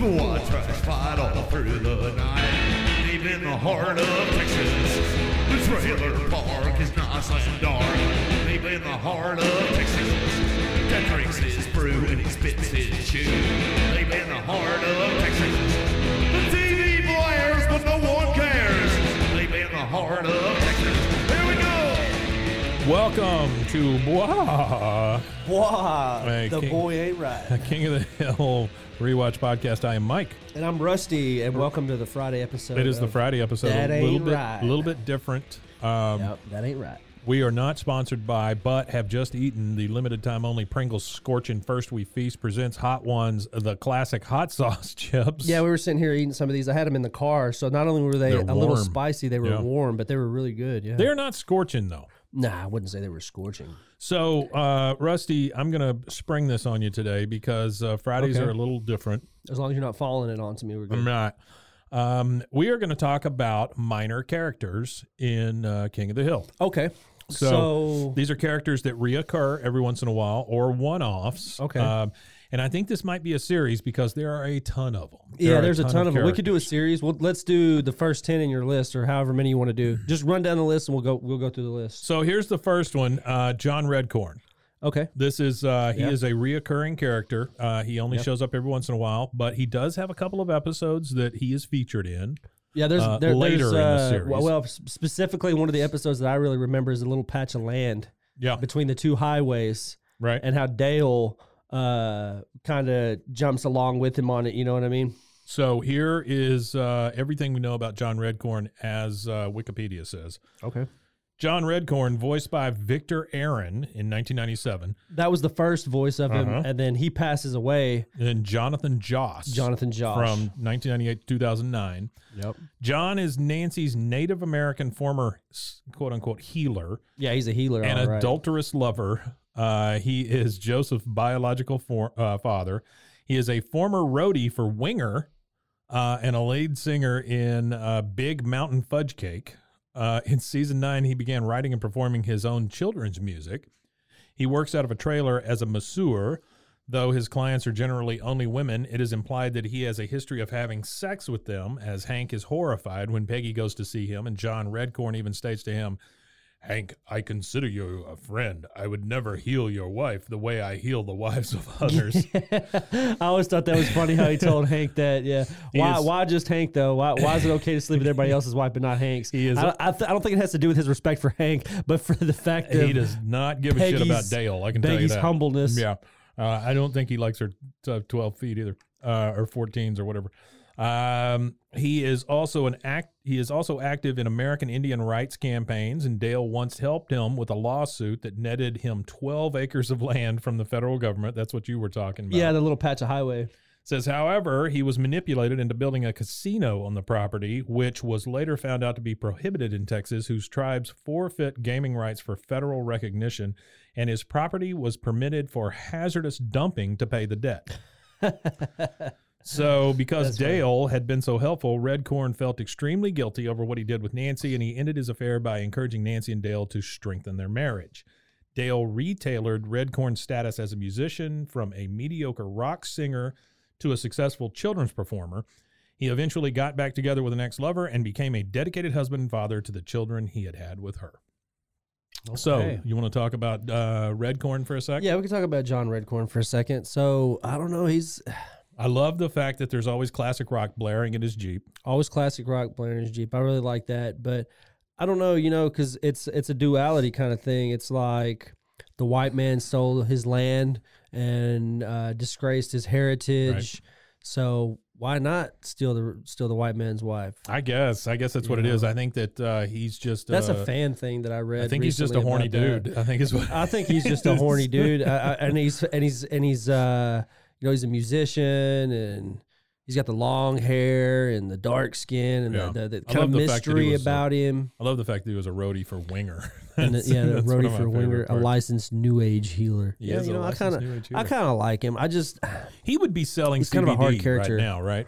Watch us fight all through the night. Deep in the heart of Texas, the trailer park is nice and dark. Deep in the heart of Texas, Ted drinks his brew and he spits his shoe. Deep in the heart of Texas, the TV blares but no one cares. Deep in the heart of Texas, here we go. Welcome to Blah, Wow, Hey, the King. boy ain't right. King of the Hill Rewatch Podcast. I am Mike. And I'm Rusty, and welcome to the Friday episode. It is the of- Friday episode. That a little ain't bit, right. little bit different. Um, Yep, that ain't right. We are not sponsored by, but have just eaten the limited time only Pringles Scorchin' First We Feast presents Hot Ones, the classic hot sauce chips. Yeah, we were sitting here eating some of these. I had them in the car, so not only were they They're a little warm. spicy, they were Yeah. warm, but they were really good. Yeah. They're not scorching, though. nah, I wouldn't say they were scorching. So, uh, Rusty, I'm going to spring this on you today because uh, Fridays Okay. are a little different. As long as you're not falling it onto me, we're good. I'm not. Um, we are going to talk about minor characters in uh, King of the Hill. Okay. So, So, These are characters that reoccur every once in a while or one offs. Okay. Um, and I think this might be a series because there are a ton of them. yeah, are there's a ton, of them. We characters. could do a series. Well, let's do the first ten in your list, or however many you want to do. Just run down the list, and we'll go. We'll go through the list. So here's the first one uh, John Redcorn. Okay. This is uh, he Yeah. is a reoccurring character. Uh, he only shows up every once in a while, but he does have a couple of episodes that he is featured in. Yeah, there's uh, there, later there's, in the uh, series. Well, well, s- specifically one of the episodes that I really remember is a little patch of land Yeah, between the two highways, right. and how Dale uh, kind of jumps along with him on it. You know what I mean? So here is uh, everything we know about John Redcorn, as uh, Wikipedia says. Okay, John Redcorn, voiced by Victor Aaron in 1997, that was the first voice of him, Uh-huh. and then he passes away. and Jonathan Joss, Jonathan Josh from 1998 to 2009. Yep. John is Nancy's Native American former s- quote unquote healer Yeah, he's a healer. and all right. adulterous lover. Uh, he is Joseph's biological for, uh, father. He is a former roadie for Winger uh, and a lead singer in uh, Big Mountain Fudge Cake. Uh, in season nine, he began writing and performing his own children's music. He works out of a trailer as a masseur. Though his clients are generally only women, it is implied that he has a history of having sex with them, as Hank is horrified when Peggy goes to see him, and John Redcorn even states to him, Hank, I consider you a friend. I would never heal your wife the way I heal the wives of others. I always thought that was funny how he told Hank that. Yeah, He why? is- why just Hank though? Why? Why is it okay to sleep with everybody else's wife but not Hank's? He is- I, I, th- I don't think it has to do with his respect for Hank, but for the fact that he does not give a shit about Peggy's- Dale. I can tell you Peggy's that. humbleness. Yeah. Uh, I don't think he likes her t- 12 feet either, uh, or 14s or whatever. Um, he is also an act. He is also active in American Indian rights campaigns, and Dale once helped him with a lawsuit that netted him 12 acres of land from the federal government. That's what you were talking about. Yeah, the little patch of highway. Says, however, he was manipulated into building a casino on the property, which was later found out to be prohibited in Texas, whose tribes forfeit gaming rights for federal recognition, and his property was permitted for hazardous dumping to pay the debt. so, because Dale had been so helpful, Redcorn felt extremely guilty over what he did with Nancy, and he ended his affair by encouraging Nancy and Dale to strengthen their marriage. Dale retailored Redcorn's status as a musician from a mediocre rock singer to a successful children's performer. He eventually got back together with an ex lover and became a dedicated husband and father to the children he had had with her. So Okay. you want to talk about uh, red corn for a sec? Yeah, we can talk about John Redcorn for a second. So I don't know. He's I love the fact that there's always classic rock blaring in his Jeep. always classic rock playing his Jeep. I really like that, but I don't know, you know, because it's it's a duality kind of thing. It's like the white man stole his land and uh, disgraced his heritage. So why not steal the steal the white man's wife? I guess. I guess that's what it Yeah. is. I think that uh, he's just. That's uh, a fan thing that I read. I think he's just a recently horny about that. dude. I think is what. I think he's just a horny dude, I, I, and he's and he's and he's uh, you know he's a musician and he's got the long hair and the dark skin and Yeah. the, the, the I kind of love the fact that he mystery was, uh, about him. I love the fact that he was a roadie for Winger. And the, That's- yeah, the that's one roadie of my for Winger, favorite a parts. licensed new age healer. He yeah, is you a know, I licensed kind New Age of I healer. kind of like him. I just He would be selling He's CBD kind of a hard character. right now, right?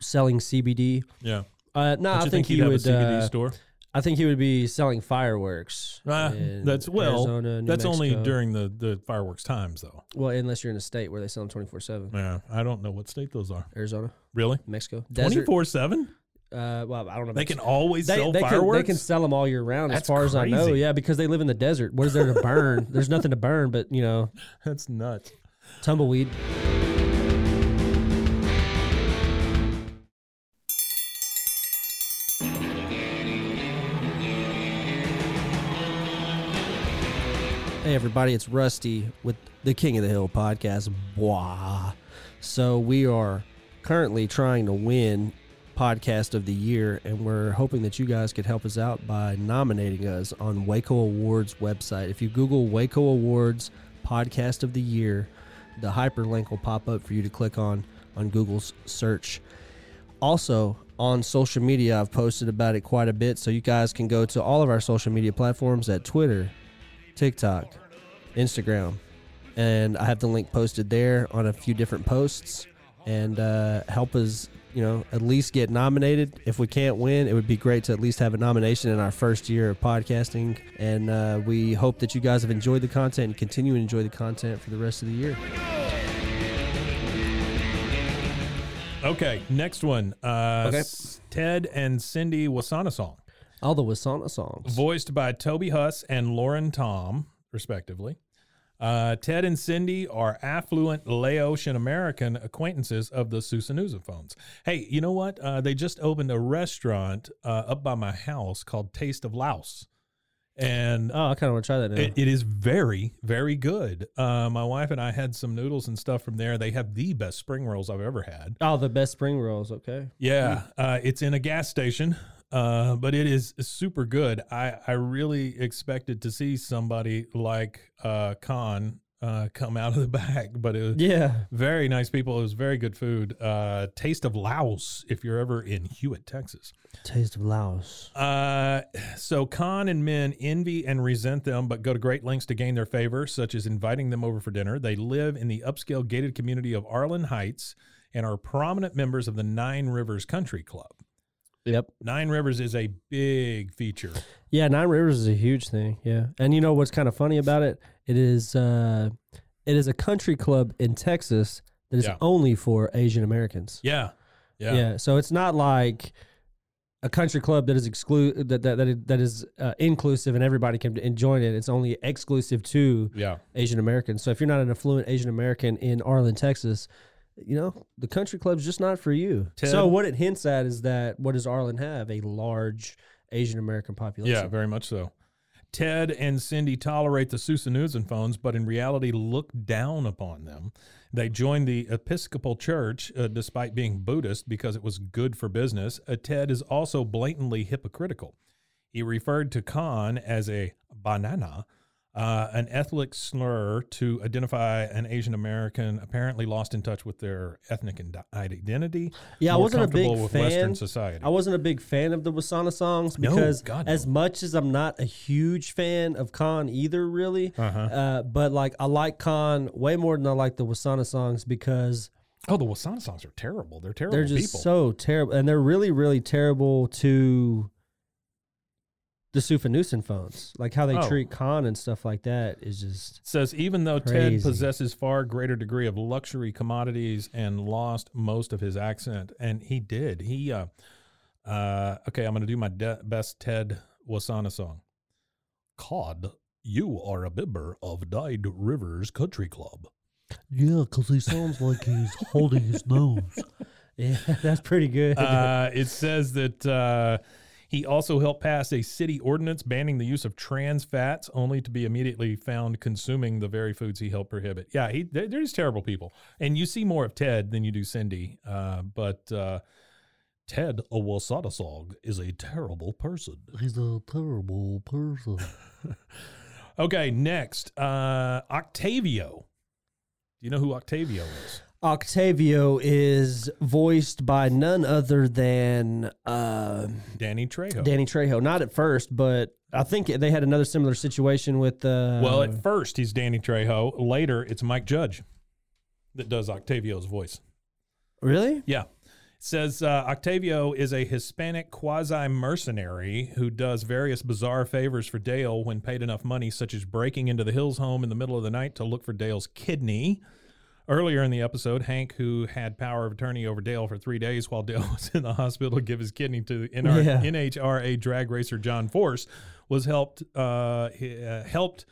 selling CBD. Yeah. Uh, no, Don't I you think, he'd he have would. a CBD uh, store? I think he would be selling fireworks. Ah, in that's well. Arizona, New that's only Mexico. during the the fireworks times, though. Well, unless you're in a state where they sell them twenty four seven. Yeah, I don't know what state those are. Arizona, Really, Mexico, twenty desert. four seven. Uh, well, I don't know. They about- can always sell they fireworks. Can, they can sell them all year round, as That's far as I know. crazy. Yeah, because they live in the desert. What is there to burn? There's nothing to burn, but you know, that's nuts. tumbleweed. Hey everybody, it's Rusty with the King of the Hill podcast. Blah. So we are currently trying to win podcast of the year and we're hoping that you guys could help us out by nominating us on Waco Awards website. If you Google Waco Awards podcast of the year, the hyperlink will pop up for you to click on on Google's search. Also, on social media, I've posted about it quite a bit, so you guys can go to all of our social media platforms at Twitter, TikTok, Instagram, and I have the link posted there on a few different posts. And uh, help us, you know, at least get nominated. If we can't win, it would be great to at least have a nomination in our first year of podcasting. And uh, we hope that you guys have enjoyed the content and continue to enjoy the content for the rest of the year. Okay, next one. Uh, Okay. S- Ted and Cindy Wasana song, All the Wasana songs. voiced by Toby Huss and Lauren Tom, respectively. Uh, Ted and Cindy are affluent Laotian American acquaintances of the Susanusa phones. Hey, you know what? Uh, they just opened a restaurant uh, up by my house called Taste of Laos. And uh, Oh, I kind of want to try that now. It, it is very, very good. Uh, my wife and I had some noodles and stuff from there. They have the best spring rolls I've ever had. oh, the best spring rolls. Okay. Yeah, uh, it's in a gas station, uh, but it is super good. I, I really expected to see somebody like uh, Khan uh, come out of the back, but it was Yeah. very nice people. It was very good food. Uh, Taste of Laos, if you're ever in Hewitt, Texas. Taste of Laos. Uh, so Khan and men envy and resent them, but go to great lengths to gain their favor, such as inviting them over for dinner. They live in the upscale gated community of Arlen Heights and are prominent members of the Nine Rivers Country Club. Yep. Nine Rivers is a big feature. Yeah, Nine Rivers is a huge thing. Yeah. And you know what's kind of funny about it? It is uh it is a country club in Texas that is Yeah. only for Asian Americans. Yeah. Yeah. Yeah. So it's not like a country club that is exclude that that that is, that is uh, inclusive and everybody can en- join it. It's only exclusive to Yeah. Asian Americans. So if you're not an affluent Asian American in Arlen, Texas, you know the country club's just not for you. Ted? So what it hints at is that what does Arlen have? A large Asian American population. Yeah, very much so. Ted and Cindy tolerate the Susanusan phones, but in reality look down upon them. They joined the Episcopal Church uh, despite being Buddhist because it was good for business. Uh, Ted is also blatantly hypocritical. He referred to Khan as a banana, uh, an ethnic slur to identify an Asian American apparently lost in touch with their ethnic ind- identity. Yeah, I more wasn't a big comfortable with Western fan. society. I wasn't a big fan of the Wasana songs No, because God, as no. much as I'm not a huge fan of Khan either, really, Uh-huh. uh, but like I like Khan way more than I like the Wasana songs because oh, the Wasana songs are terrible. They're terrible they're just people. so terrible and they're really, really terrible to the Sufanusen phones. Like how they Oh. treat Khan and stuff like that is just says even though Ted Crazy. possesses far greater degree of luxury commodities and lost most of his accent, and he did. He, uh, uh okay, I'm gonna do my de- best Ted Wasana song. Cod You are a member of Nine Rivers Country Club. Yeah, because he sounds like he's holding his nose. Yeah, that's pretty good. Uh, it says that uh, he also helped pass a city ordinance banning the use of trans fats, only to be immediately found consuming the very foods he helped prohibit. Yeah, he, they're, they're just terrible people. And you see more of Ted than you do Cindy. Uh, but uh, Ted Owasadasog is a terrible person. he's a terrible person. Okay, next, uh, Octavio. Do you know who Octavio is? Octavio is voiced by none other than uh, Danny Trejo. Danny Trejo. Not at first, but I think they had another similar situation with. Uh, Well, at first he's Danny Trejo. Later, it's Mike Judge that does Octavio's voice. really? Yeah. Says uh, Octavio is a Hispanic quasi mercenary who does various bizarre favors for Dale when paid enough money, such as breaking into the Hills home in the middle of the night to look for Dale's kidney. Earlier in the episode, Hank, who had power of attorney over Dale for three days while Dale was in the hospital, to give his kidney to NR- Yeah. NHRA drag racer John Force, was helped uh, he- uh, helped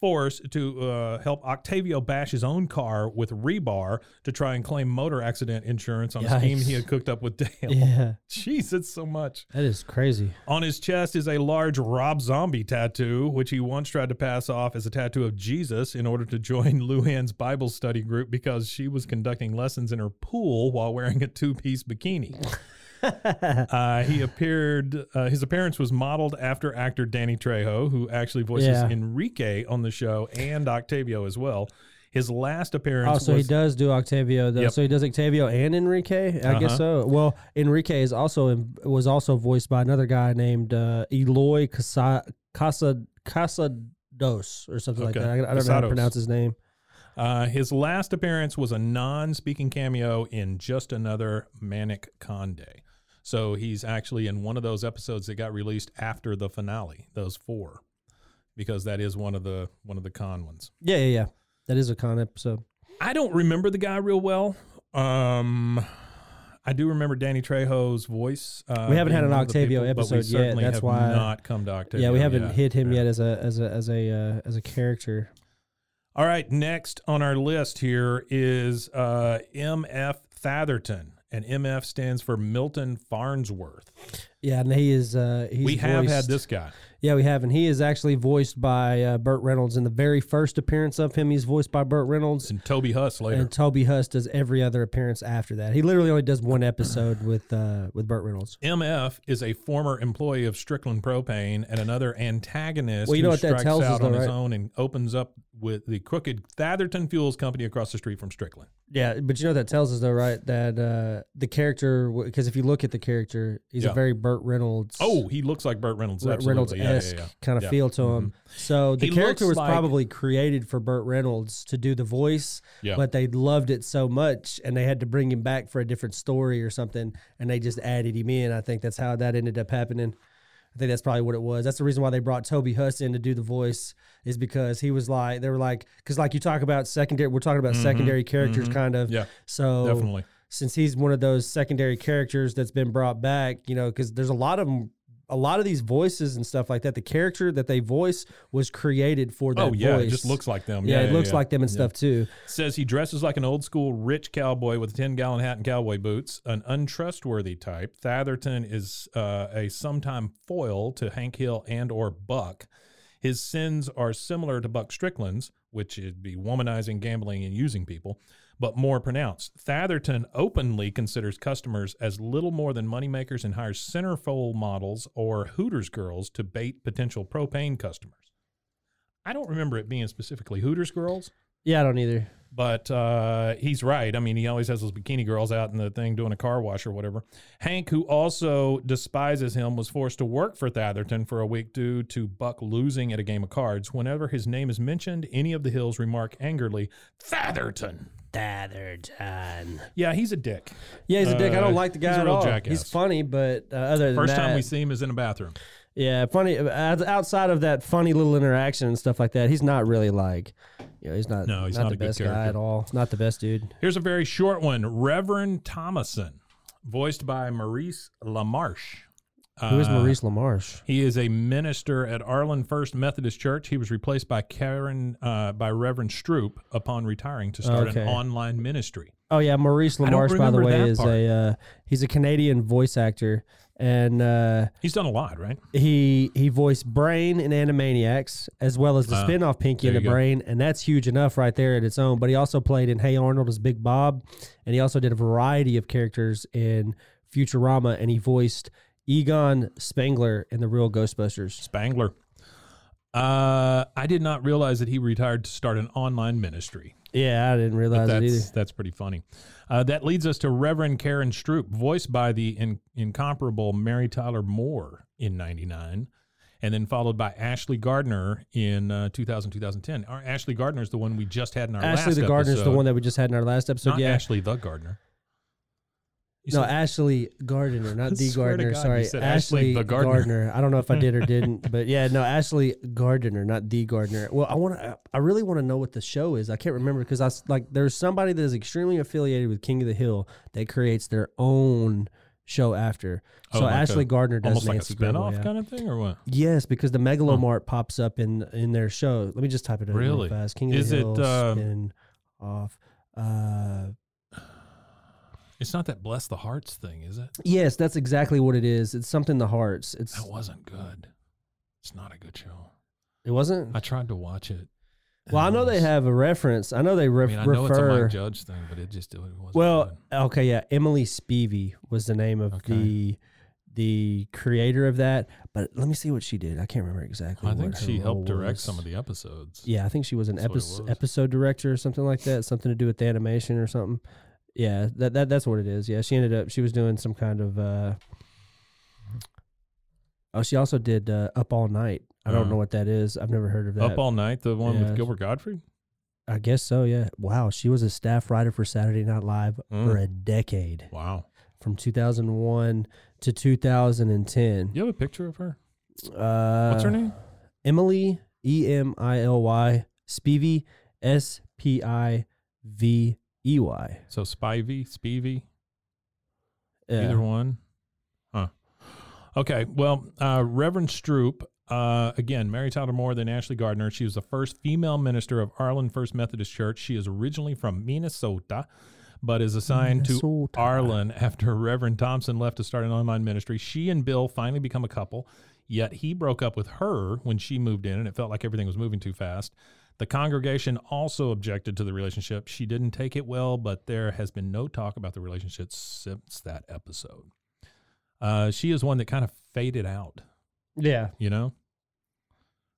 Force to uh, help Octavio bash his own car with rebar to try and claim motor accident insurance on a scheme Yikes. he had cooked up with Dale. Yeah, Jeez, that's so much. that is crazy. On his chest is a large Rob Zombie tattoo, which he once tried to pass off as a tattoo of Jesus in order to join Luann's Bible study group because she was conducting lessons in her pool while wearing a two piece bikini. uh, he appeared, uh, his appearance was modeled after actor Danny Trejo, who actually voices Yeah. Enrique on the show and Octavio as well. His last appearance Oh, so was. he does do Octavio though. Yep. So he does Octavio and Enrique. I Uh-huh. guess so. Well, Enrique is also in, was also voiced by another guy named uh, Eloy Casa Casa Casados or something like Okay. that. I, I don't know how Casados. to pronounce his name. Uh, his last appearance was a non-speaking cameo in just another Manic Conde. So he's actually in one of those episodes that got released after the finale. Those four, because that is one of the one of the con ones. Yeah, yeah, yeah. That is a con episode. I don't remember the guy real well. Um, I do remember Danny Trejo's voice. Uh, We haven't had being an one of the Octavio people, but we episode yet. certainly That's have why- not come to Octavio. yeah, we haven't yet. hit him Yeah. yet as a as a as a uh, as a character. All right, next on our list here is uh, MF Thatherton, and MF stands for Milton Farnsworth. Yeah, and he is uh, he's we have had voiced- this guy. Yeah, we have, and he is actually voiced by uh, Burt Reynolds. In the very first appearance of him, he's voiced by Burt Reynolds. and Toby Huss later. And Toby Huss does every other appearance after that. He literally only does one episode with uh, with Burt Reynolds. MF is a former employee of Strickland Propane and another antagonist Well, you know who what that strikes tells us, out on though, his right? own and opens up with the crooked Thatherton Fuels Company across the street from Strickland. Yeah, but you know what that tells us though, right? That uh, the character, because if you look at the character, he's Yeah. a very Burt Reynolds. Oh, he looks like Burt Reynolds. Reynolds absolutely. Yeah, yeah, esque yeah. kind of Yeah. Mm-hmm. feel to him. So the He character was looks like- probably created for Burt Reynolds to do the voice, Yeah. but they loved it so much and they had to bring him back for a different story or something, and they just added him in. I think that's how that ended up happening. I think that's probably what it was. That's the reason why they brought Toby Huss in to do the voice is because he was like they were like because like you talk about secondary, we're talking about secondary characters kind of. Mm-hmm. Yeah, So definitely. Oh, since he's one of those secondary characters that's been brought back, you know, because there's a lot of 'em- a lot of these voices and stuff like that. The character that they voice was created for that. Oh, yeah. voice. It just looks like them. Yeah, it looks yeah. like them and stuff too. Says he dresses like an old school rich cowboy with a 10 gallon hat and cowboy boots, an untrustworthy type. Thatherton is uh, a sometime foil to Hank Hill and or Buck. His sins are similar to Buck Strickland's, which would be womanizing, gambling, and using people, but more pronounced. Thatherton openly considers customers as little more than moneymakers and hires centerfold models or Hooters girls to bait potential propane customers. I don't remember it being specifically Hooters girls. Yeah, I don't either. But uh, he's right. I mean, he always has those bikini girls out in the thing doing a car wash or whatever. Hank, who also despises him, was forced to work for Thatherton for a week due to Buck losing at a game of cards. Whenever his name is mentioned, any of the Hills remark angrily, Thatherton. Thatherton. Yeah, he's a dick. Yeah, he's a dick. I Uh, don't like the guy he's a at real all. jackass. He's funny, but uh, other than First that, time we see him is in a bathroom. yeah, funny. uh, Outside of that funny little interaction and stuff like that, he's not really like, you know, he's not. No, he's not the a good best guy character. at all. Not the best dude. Here's a very short one Reverend Thomason, voiced by Maurice LaMarche. Who is Uh, Maurice LaMarche? He is a minister at Arlen First Methodist Church. He was replaced by Karen uh, by Reverend Stroop upon retiring to start Okay. an online ministry. Oh yeah, Maurice I don't LaMarche. By the remember way, that is part. a uh, he's a Canadian voice actor, and uh, He's done a lot, right? he he voiced Brain in Animaniacs, as well as the Ah, spin-off Pinky and there the you go. Brain, and that's huge enough right there in its own. But he also played in Hey Arnold as Big Bob, and he also did a variety of characters in Futurama, and he voiced Egon Spengler in the Real Ghostbusters. Spangler. Uh, I did not realize that he retired to start an online ministry. Yeah, I didn't But realize it either. that's that's pretty funny. Uh, that leads us to Reverend Karen Stroop, voiced by the in, incomparable Mary Tyler Moore in '99, and then followed by Ashley Gardner in uh, 2000 2010. Our Ashley Gardner is the one we just had in our Ashley last the Gardener's the episode. one that we just had in our last episode. not yeah, Ashley the Gardener. You no, said- Ashley Gardner, not I the swear to Gardner. God, sorry, you said Ashley the Gardner. I don't know if I did or didn't, but yeah, no, Ashley Gardner, not the Gardner. Well, I want to. I really want to know what the show is. I can't remember because I s- like there's somebody that is extremely affiliated with King of the Hill that creates their own show after. Oh, so like Ashley a- Gardner does almost like a Nancy spinoff Grace, yeah. kind of thing, or what? Yes, because the Megalomart pops up in in their show. Let me just type it in really, Really? fast. King of Is the it, Hill uh, spin off. Uh, It's not that bless the hearts thing, is it? yes, that's exactly what it is. It's something the hearts. It's That wasn't good. It's not a good show. it wasn't. I tried to watch it. Well, I know they have a reference. I know they I ref- mean, I know it's a refer. Mike Judge thing, but it just it wasn't. well, good. okay, yeah. Emily Spivey was the name of Okay. the the creator of that. But let me see what she did. I can't remember exactly. I think what her she helped role direct was. some of the episodes. Yeah, I think she was an That's what it episode was. episode director or something like that. Something to do with the animation or something. Yeah, that, that that's what it is. Yeah, she ended up she was doing some kind of. uh Oh, she also did uh, Up All Night. I don't Uh, know what that is. I've never heard of that. Up all night, the one Yeah. with Gilbert Gottfried. I guess so, yeah. Wow, she was a staff writer for Saturday Night Live Mm. for a decade, Wow, from 2001 to 2010. you have a picture of her. Uh, What's her name? Emily E M I L Y Spivey S P I V E Y. So Spivey, Spivey, Yeah. either one. Huh. Okay. Well, uh, Reverend Stroop. Uh, again, Mary Tyler Moore, then Ashley Gardner. She was the first female minister of Arlen First Methodist Church. She is originally from Minnesota, but is assigned to Minnesota. Arlen after Reverend Thompson left to start an online ministry. She and Bill finally become a couple, yet he broke up with her when she moved in and it felt like everything was moving too fast. The congregation also objected to the relationship. She didn't take it well, but there has been no talk about the relationship since that episode. Uh, she is one that kind of faded out, Yeah. you know?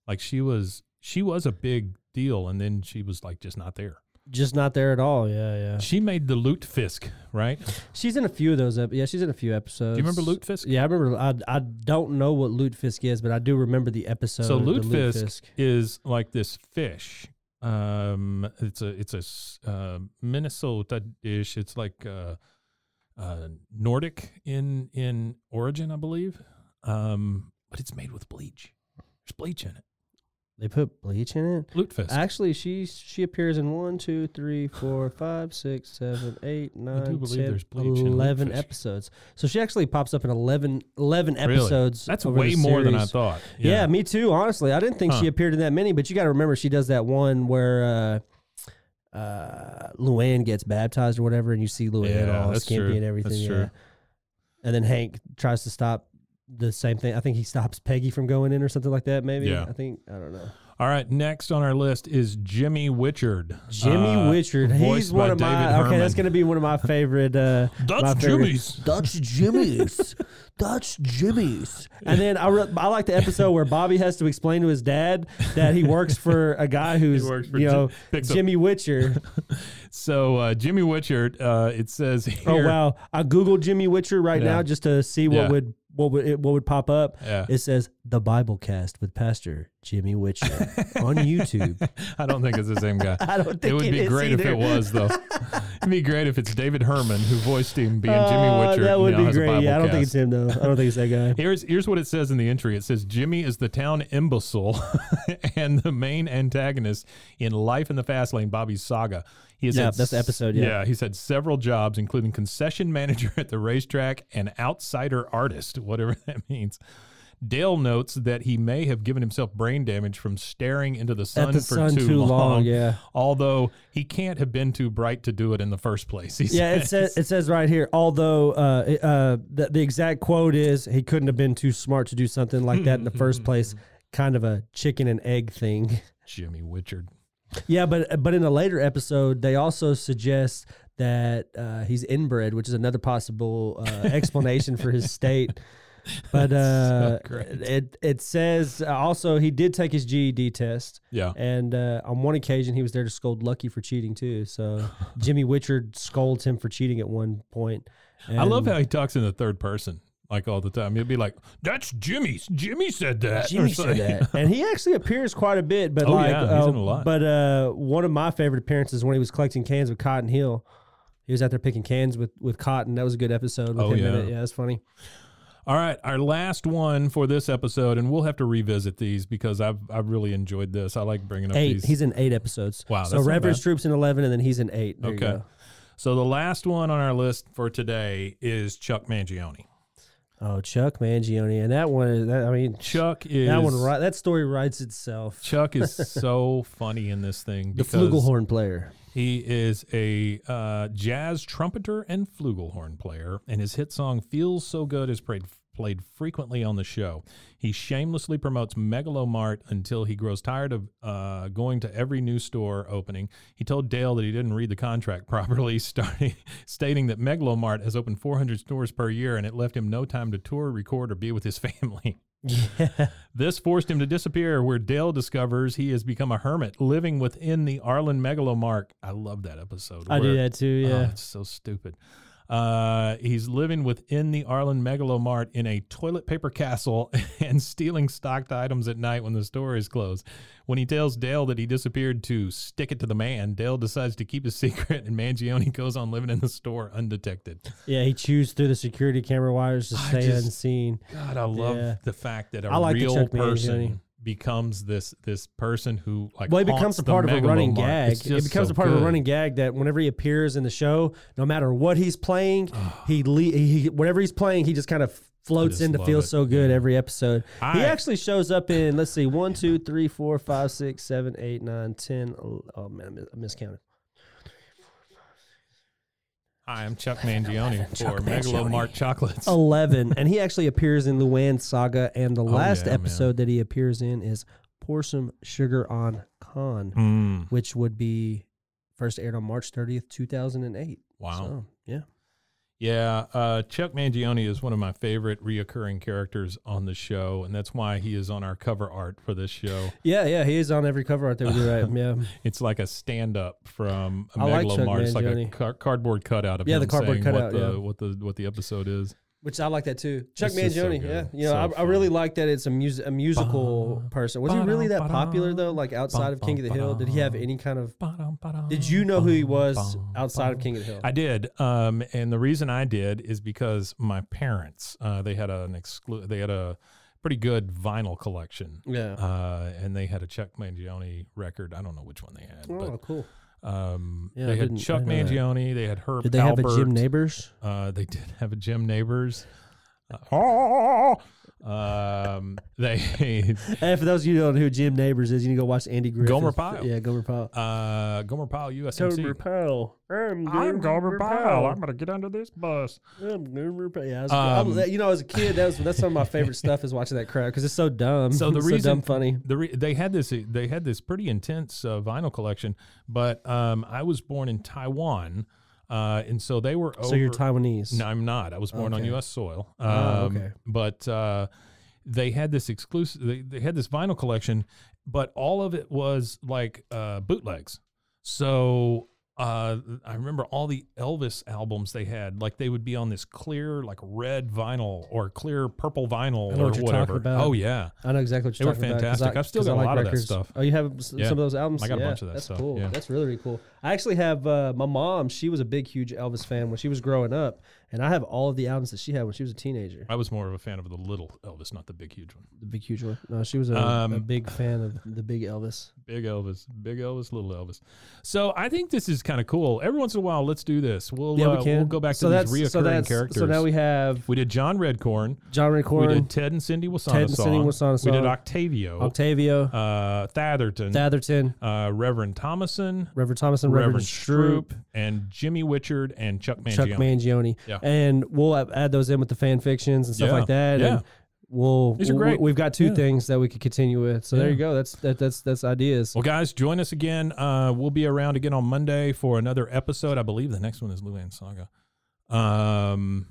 Like she was she was a big deal and then she was like just not there. Just not there at all. Yeah, yeah. She made the Lutefisk, right? She's in a few of those. Ep- yeah, she's in a few episodes. Do you remember Lutefisk? Yeah, I remember. I, I don't know what Lutefisk is, but I do remember the episode. So the lutefisk, is like this fish. Um, it's a it's a s- uh, Minnesota dish. It's like uh, uh, Nordic in in origin, I believe. Um, but it's made with bleach. There's bleach in it. They put bleach in it. Lutefisk. Actually, she she appears in one, two, three, four, five, six, seven, eight, nine, believe 10, there's bleach in 11 Lutefisk. episodes. So she actually pops up in 11, 11 Really? episodes. That's over way the more than I series. thought. Yeah. me too. Honestly, I didn't think she Huh. appeared in that many, but you got to remember she does that one where uh, uh, Luann gets baptized or whatever, and you see Luann Yeah, all that's skimpy true. and everything. That's yeah. true. And then Hank tries to stop the same thing. I think he stops Peggy from going in or something like that. Maybe. Yeah. I think I don't know. All right. Next on our list is Jimmy Witchard. Jimmy Uh, Witchard. He's voiced one by of David my okay. That's Herman. gonna be one of my favorite. Uh, That's my favorite- Jimmy's. That's Jimmy's. That's Jimmy's. And then I re- I like the episode where Bobby has to explain to his dad that he works for a guy who's works for you know Jim- picks up- Jimmy Witcher. So uh, Jimmy Witchard. Uh, it says Oh here. wow! I googled Jimmy Witcher right Yeah. now just to see what Yeah. would what would it, what would pop up. Yeah. It says The Bible Cast with Pastor Jimmy Witcher on YouTube. I don't think it's the same guy. I don't it think would it be is great if either. it was, though. It'd be great if it's David Herman who voiced him being Jimmy Uh, Witcher. that you would know, be has a great. Yeah, I don't think Biblecast. it's him though. I don't think it's that guy. Here's here's what it says in the entry. It says Jimmy is the town imbecile and the main antagonist in Life in the Fast Lane, Bobby's saga. He has Yeah, had that's the s- episode, yeah. yeah, he's had several jobs, including concession manager at the racetrack and outsider artist, whatever that means. Dale notes that he may have given himself brain damage from staring into the sun the for sun too, too long. long, yeah. Although he can't have been too bright to do it in the first place. He Yeah, it says it says right here. Although uh, it- uh, the, the exact quote is, "He couldn't have been too smart to do something like that in the first place." Kind of a chicken and egg thing. Jimmy Witchard. Yeah, but but in a later episode, they also suggest that uh, he's inbred, which is another possible uh, explanation for his state. But uh, great. it it says uh, also he did take his GED test, Yeah. and uh, on one occasion he was there to scold Lucky for cheating too. So Jimmy Witchard scolds him for cheating at one point. I love And how he talks in the third person, like all the time. He'll be like, "That's Jimmy's. Jimmy said that." Uh, or Jimmy said something. that, and he actually appears quite a bit. But Oh, like, yeah, he's uh, in a lot. but uh, one of my favorite appearances is when he was collecting cans with Cotton Hill. He was out there picking cans with, with Cotton. That was a good episode. With Oh, him in yeah. it. yeah, that's funny. All right, our last one for this episode, and we'll have to revisit these because I've I've really enjoyed this. I like bringing up Eight. these. He's in eight episodes. Wow, So that's not Reverend bad. Stroop's in eleven, and then he's in eight. There you okay. go. So the last one on our list for today is Chuck Mangione. Oh, Chuck Mangione, and that one. Is, that, I mean, Chuck is that one. ri- That story writes itself. Chuck is so funny in this thing the because flugelhorn player. He is a uh, jazz trumpeter and flugelhorn player, and his hit song "Feels So Good" is played played frequently on the show. He shamelessly promotes Megalomart until he grows tired of uh, going to every new store opening. He told Dale that he didn't read the contract properly, starting stating that Megalomart has opened 400 stores per year, and it left him no time to tour, record, or be with his family. This forced him to disappear, where Dale discovers he has become a hermit, living within the Arlen Megalomark. I love that episode. I where- do that too. Oh, Yeah. it's so stupid. Uh, he's living within the Arlen Megalomart in a toilet paper castle and stealing stocked items at night when the store is closed. When he tells Dale that he disappeared to stick it to the man, Dale decides to keep his secret, and Mangione goes on living in the store undetected. yeah, he chews through the security camera wires to stay just- unseen. God, I love Yeah. the fact that a I like the real Chuck Mangione. person becomes this this person who like Well, it haunts becomes a the part of a running megalomart. gag. It's It just becomes so a part of good. a running gag that whenever he appears in the show, no matter what he's playing, he, le- he he- whatever he's playing, he just kind of floats just into love feel it. so good every episode. I- he actually shows up in let's see one, two, three, four, five, six, seven, eight, nine, ten. el- Oh man, I mis- I miscounted. Hi, I'm Chuck Mangione for Chuck Mangione. Oh. Megalomart chocolates. Eleven, and he actually appears in Luann Saga, and the last Oh, yeah, man. episode that he appears in is "Pour Some Sugar on Khan," Hmm. which would be first aired on March thirtieth, two thousand and eight. Wow. So, yeah. Yeah, uh, Chuck Mangione is one of my favorite reoccurring characters on the show, and that's why he is on our cover art for this show. Yeah, yeah, he is on every cover art that we do, right? Yeah, It's like a stand up from I like Chuck Megalomart. it's like a Mangione. car- cardboard cutout of Yeah, him the cardboard saying cutout, what, the, yeah. what the what the episode is. which I like that too. Chuck This is so Mangione, good. yeah, you know, So I, I really like that it's a, mus- a musical person. Was he really that popular though? Like outside of King of the Hill, did he have any kind of? Did you know who he was outside of King of the Hill? I did, um, and the reason I did is because my parents uh, they had an exclu- they had a pretty good vinyl collection, Yeah. uh, and they had a Chuck Mangione record. I don't know which one they had, Oh, cool. but um, Yeah, I they had didn't- I Chuck didn't know Mangione, they had Herb. Did they Alpert. have a Jim Neighbors? Uh, they did have a Jim Neighbors. Uh, um, they And for those of you who don't know who Jim Neighbors is, you need to go watch Andy Griffith. Gomer Pyle. Yeah, Gomer Pyle. uh, Gomer Pyle USMC. Pyle. I'm gonna get under this bus. I'm Gomer Pyle. Yeah, I was- I Um, was- you know, as a kid, that was that's some of my favorite stuff is watching that crowd because it's so dumb. So the It's reason dumb funny. The re- they had this they had this pretty intense uh, vinyl collection, but um, I was born in Taiwan, uh, and so they were. Over, So you're Taiwanese. No, I'm not. I was born on Okay. U.S. soil. Um, Oh, okay. But uh, they had this exclusive. They, they had this vinyl collection, but all of it was like uh, bootlegs. So uh, I remember all the Elvis albums they had. Like they would be on this clear, like red vinyl or clear purple vinyl I know or what you're talking whatever. about. Oh yeah, I know exactly what They you're were talking about. 'cause fantastic. I've still 'cause got a like lot of that stuff. Oh, you have s- Yeah. some of those albums? I got a Yeah, bunch of that That's stuff, cool. yeah. That's really, really cool. I actually have uh, my mom. She was a big, huge Elvis fan when she was growing up. And I have all of the albums that she had when she was a teenager. I was more of a fan of the little Elvis, not the big huge one. The big, huge one. No, she was a, a Um, big fan of the big Elvis. Big Elvis, big Elvis, little Elvis. So I think this is kind of cool. Every once in a while, let's do this. We'll uh, we'll go back so to that's, these reoccurring so that's, characters. So now we have we did John Redcorn. John Ray We Corn, did Ted and Cindy Wasana Ted and Cindy Song. Wasana We did Song. Octavio, Octavio, uh, Atherton, Atherton, uh, Reverend Thomason, Reverend Thomas and Reverend, Reverend, Stroop, Stroop, and Jimmy Wichard and Chuck Mangione. Chuck Mangione. Yeah. And we'll a- add those in with the fan fictions and stuff Yeah. like that. Yeah. And we'll These are we'll- great. we've got two Yeah. things that we could continue with. So there Yeah. you go. That's that, that's that's ideas. Well, guys, join us again. Uh, we'll be around again on Monday for another episode. I believe the next one is Luann Saga. Um,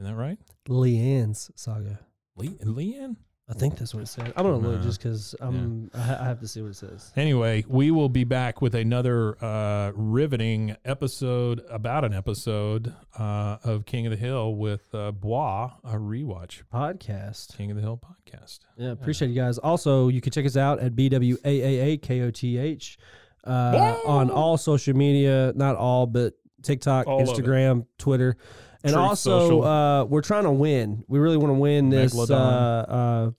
isn't that right? Leanne's saga. Lee, Leanne? I think that's what it said. I'm gonna look Nah. just because I'm I, ha- I have to see what it says. Anyway, we will be back with another uh, riveting episode, about an episode uh, of King of the Hill with uh, Bois, a rewatch Podcast. King of the Hill podcast. Yeah, appreciate you guys. Also, you can check us out at BWAAAKOTH uh, on all social media, not all, but TikTok, All of it. Instagram, Twitter. And Truth also, Social. uh, we're trying to win. We really want to win this uh, uh, Megalodon.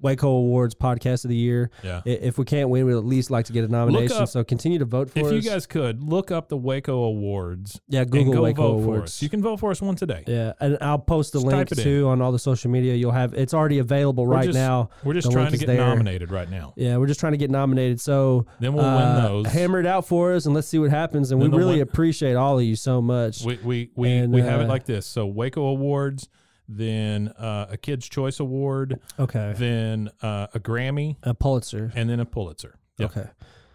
Waco Awards Podcast of the Year. Yeah. I- If we can't win, we'd at least like to get a nomination. up- So continue to vote for If us. you guys could look up the Waco Awards yeah, and Google go Waco vote for Awards. us. You can vote for us one today. yeah, and I'll post the Just link type it in. too on all the social media. You'll have it's already available We're right just- now. We're just The trying link to is get there. nominated right now. Yeah, we're just trying to get nominated. So uh, Then we'll win those. Hammer it out for us and let's see what happens. And we Then they'll really win- appreciate all of you so much. We we we, And, we have uh, it like this. So Waco Awards, then uh, a Kids Choice Award, okay. then uh, a Grammy, A Pulitzer. and then a Pulitzer. Yeah. Okay.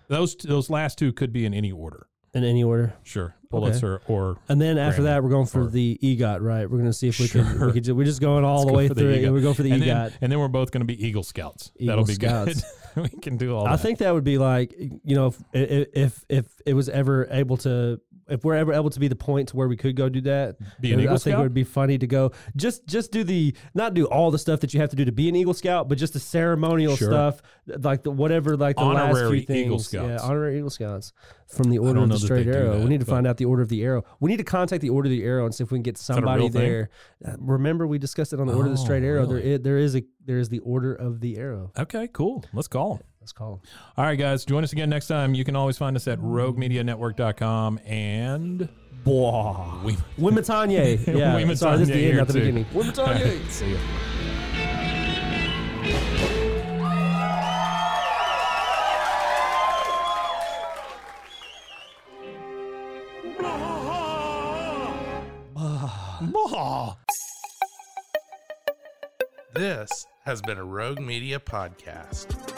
Those those last two could be in any order. In any order. Sure, Pulitzer or And then after Grammy that, we're going for or- the EGOT, right? We're going to see if we can. Sure. We could, do- we're just going all Let's the go way for the E through it, EGOT. and we go for the E and EGOT. then, and then we're both going to be Eagle Scouts. Eagle That'll be Scouts. good. we can do all I that. think that would be like you know if, if if if it was ever able to if we're ever able to be the point to where we could go do that. Be an I Eagle think it Scout? would be funny to go just just do the not do all the stuff that you have to do to be an Eagle Scout, but just the ceremonial Sure. stuff like the whatever like the last few Honorary things. Eagle Yeah, Scouts. honorary Eagle Scouts from the Order don't of know the that Straight they do Arrow. we that, need to but- find out the Order of the Arrow. We need to contact the Order of the Arrow and see if we can get that a somebody real thing? there. Uh, Remember, we discussed it on the Order of the Oh, Straight Arrow. There really? is, there is a there is the Order of the Arrow. okay, cool. Let's call 'em. Let's call. 'em. All right, guys, join us again next time. You can always find us at roguemedianetwork.com and Blah. we. Wimitanye. Yeah. Wimitanye Sorry, this is the end, here not the too. beginning. See ya. This has been a Rogue Media podcast.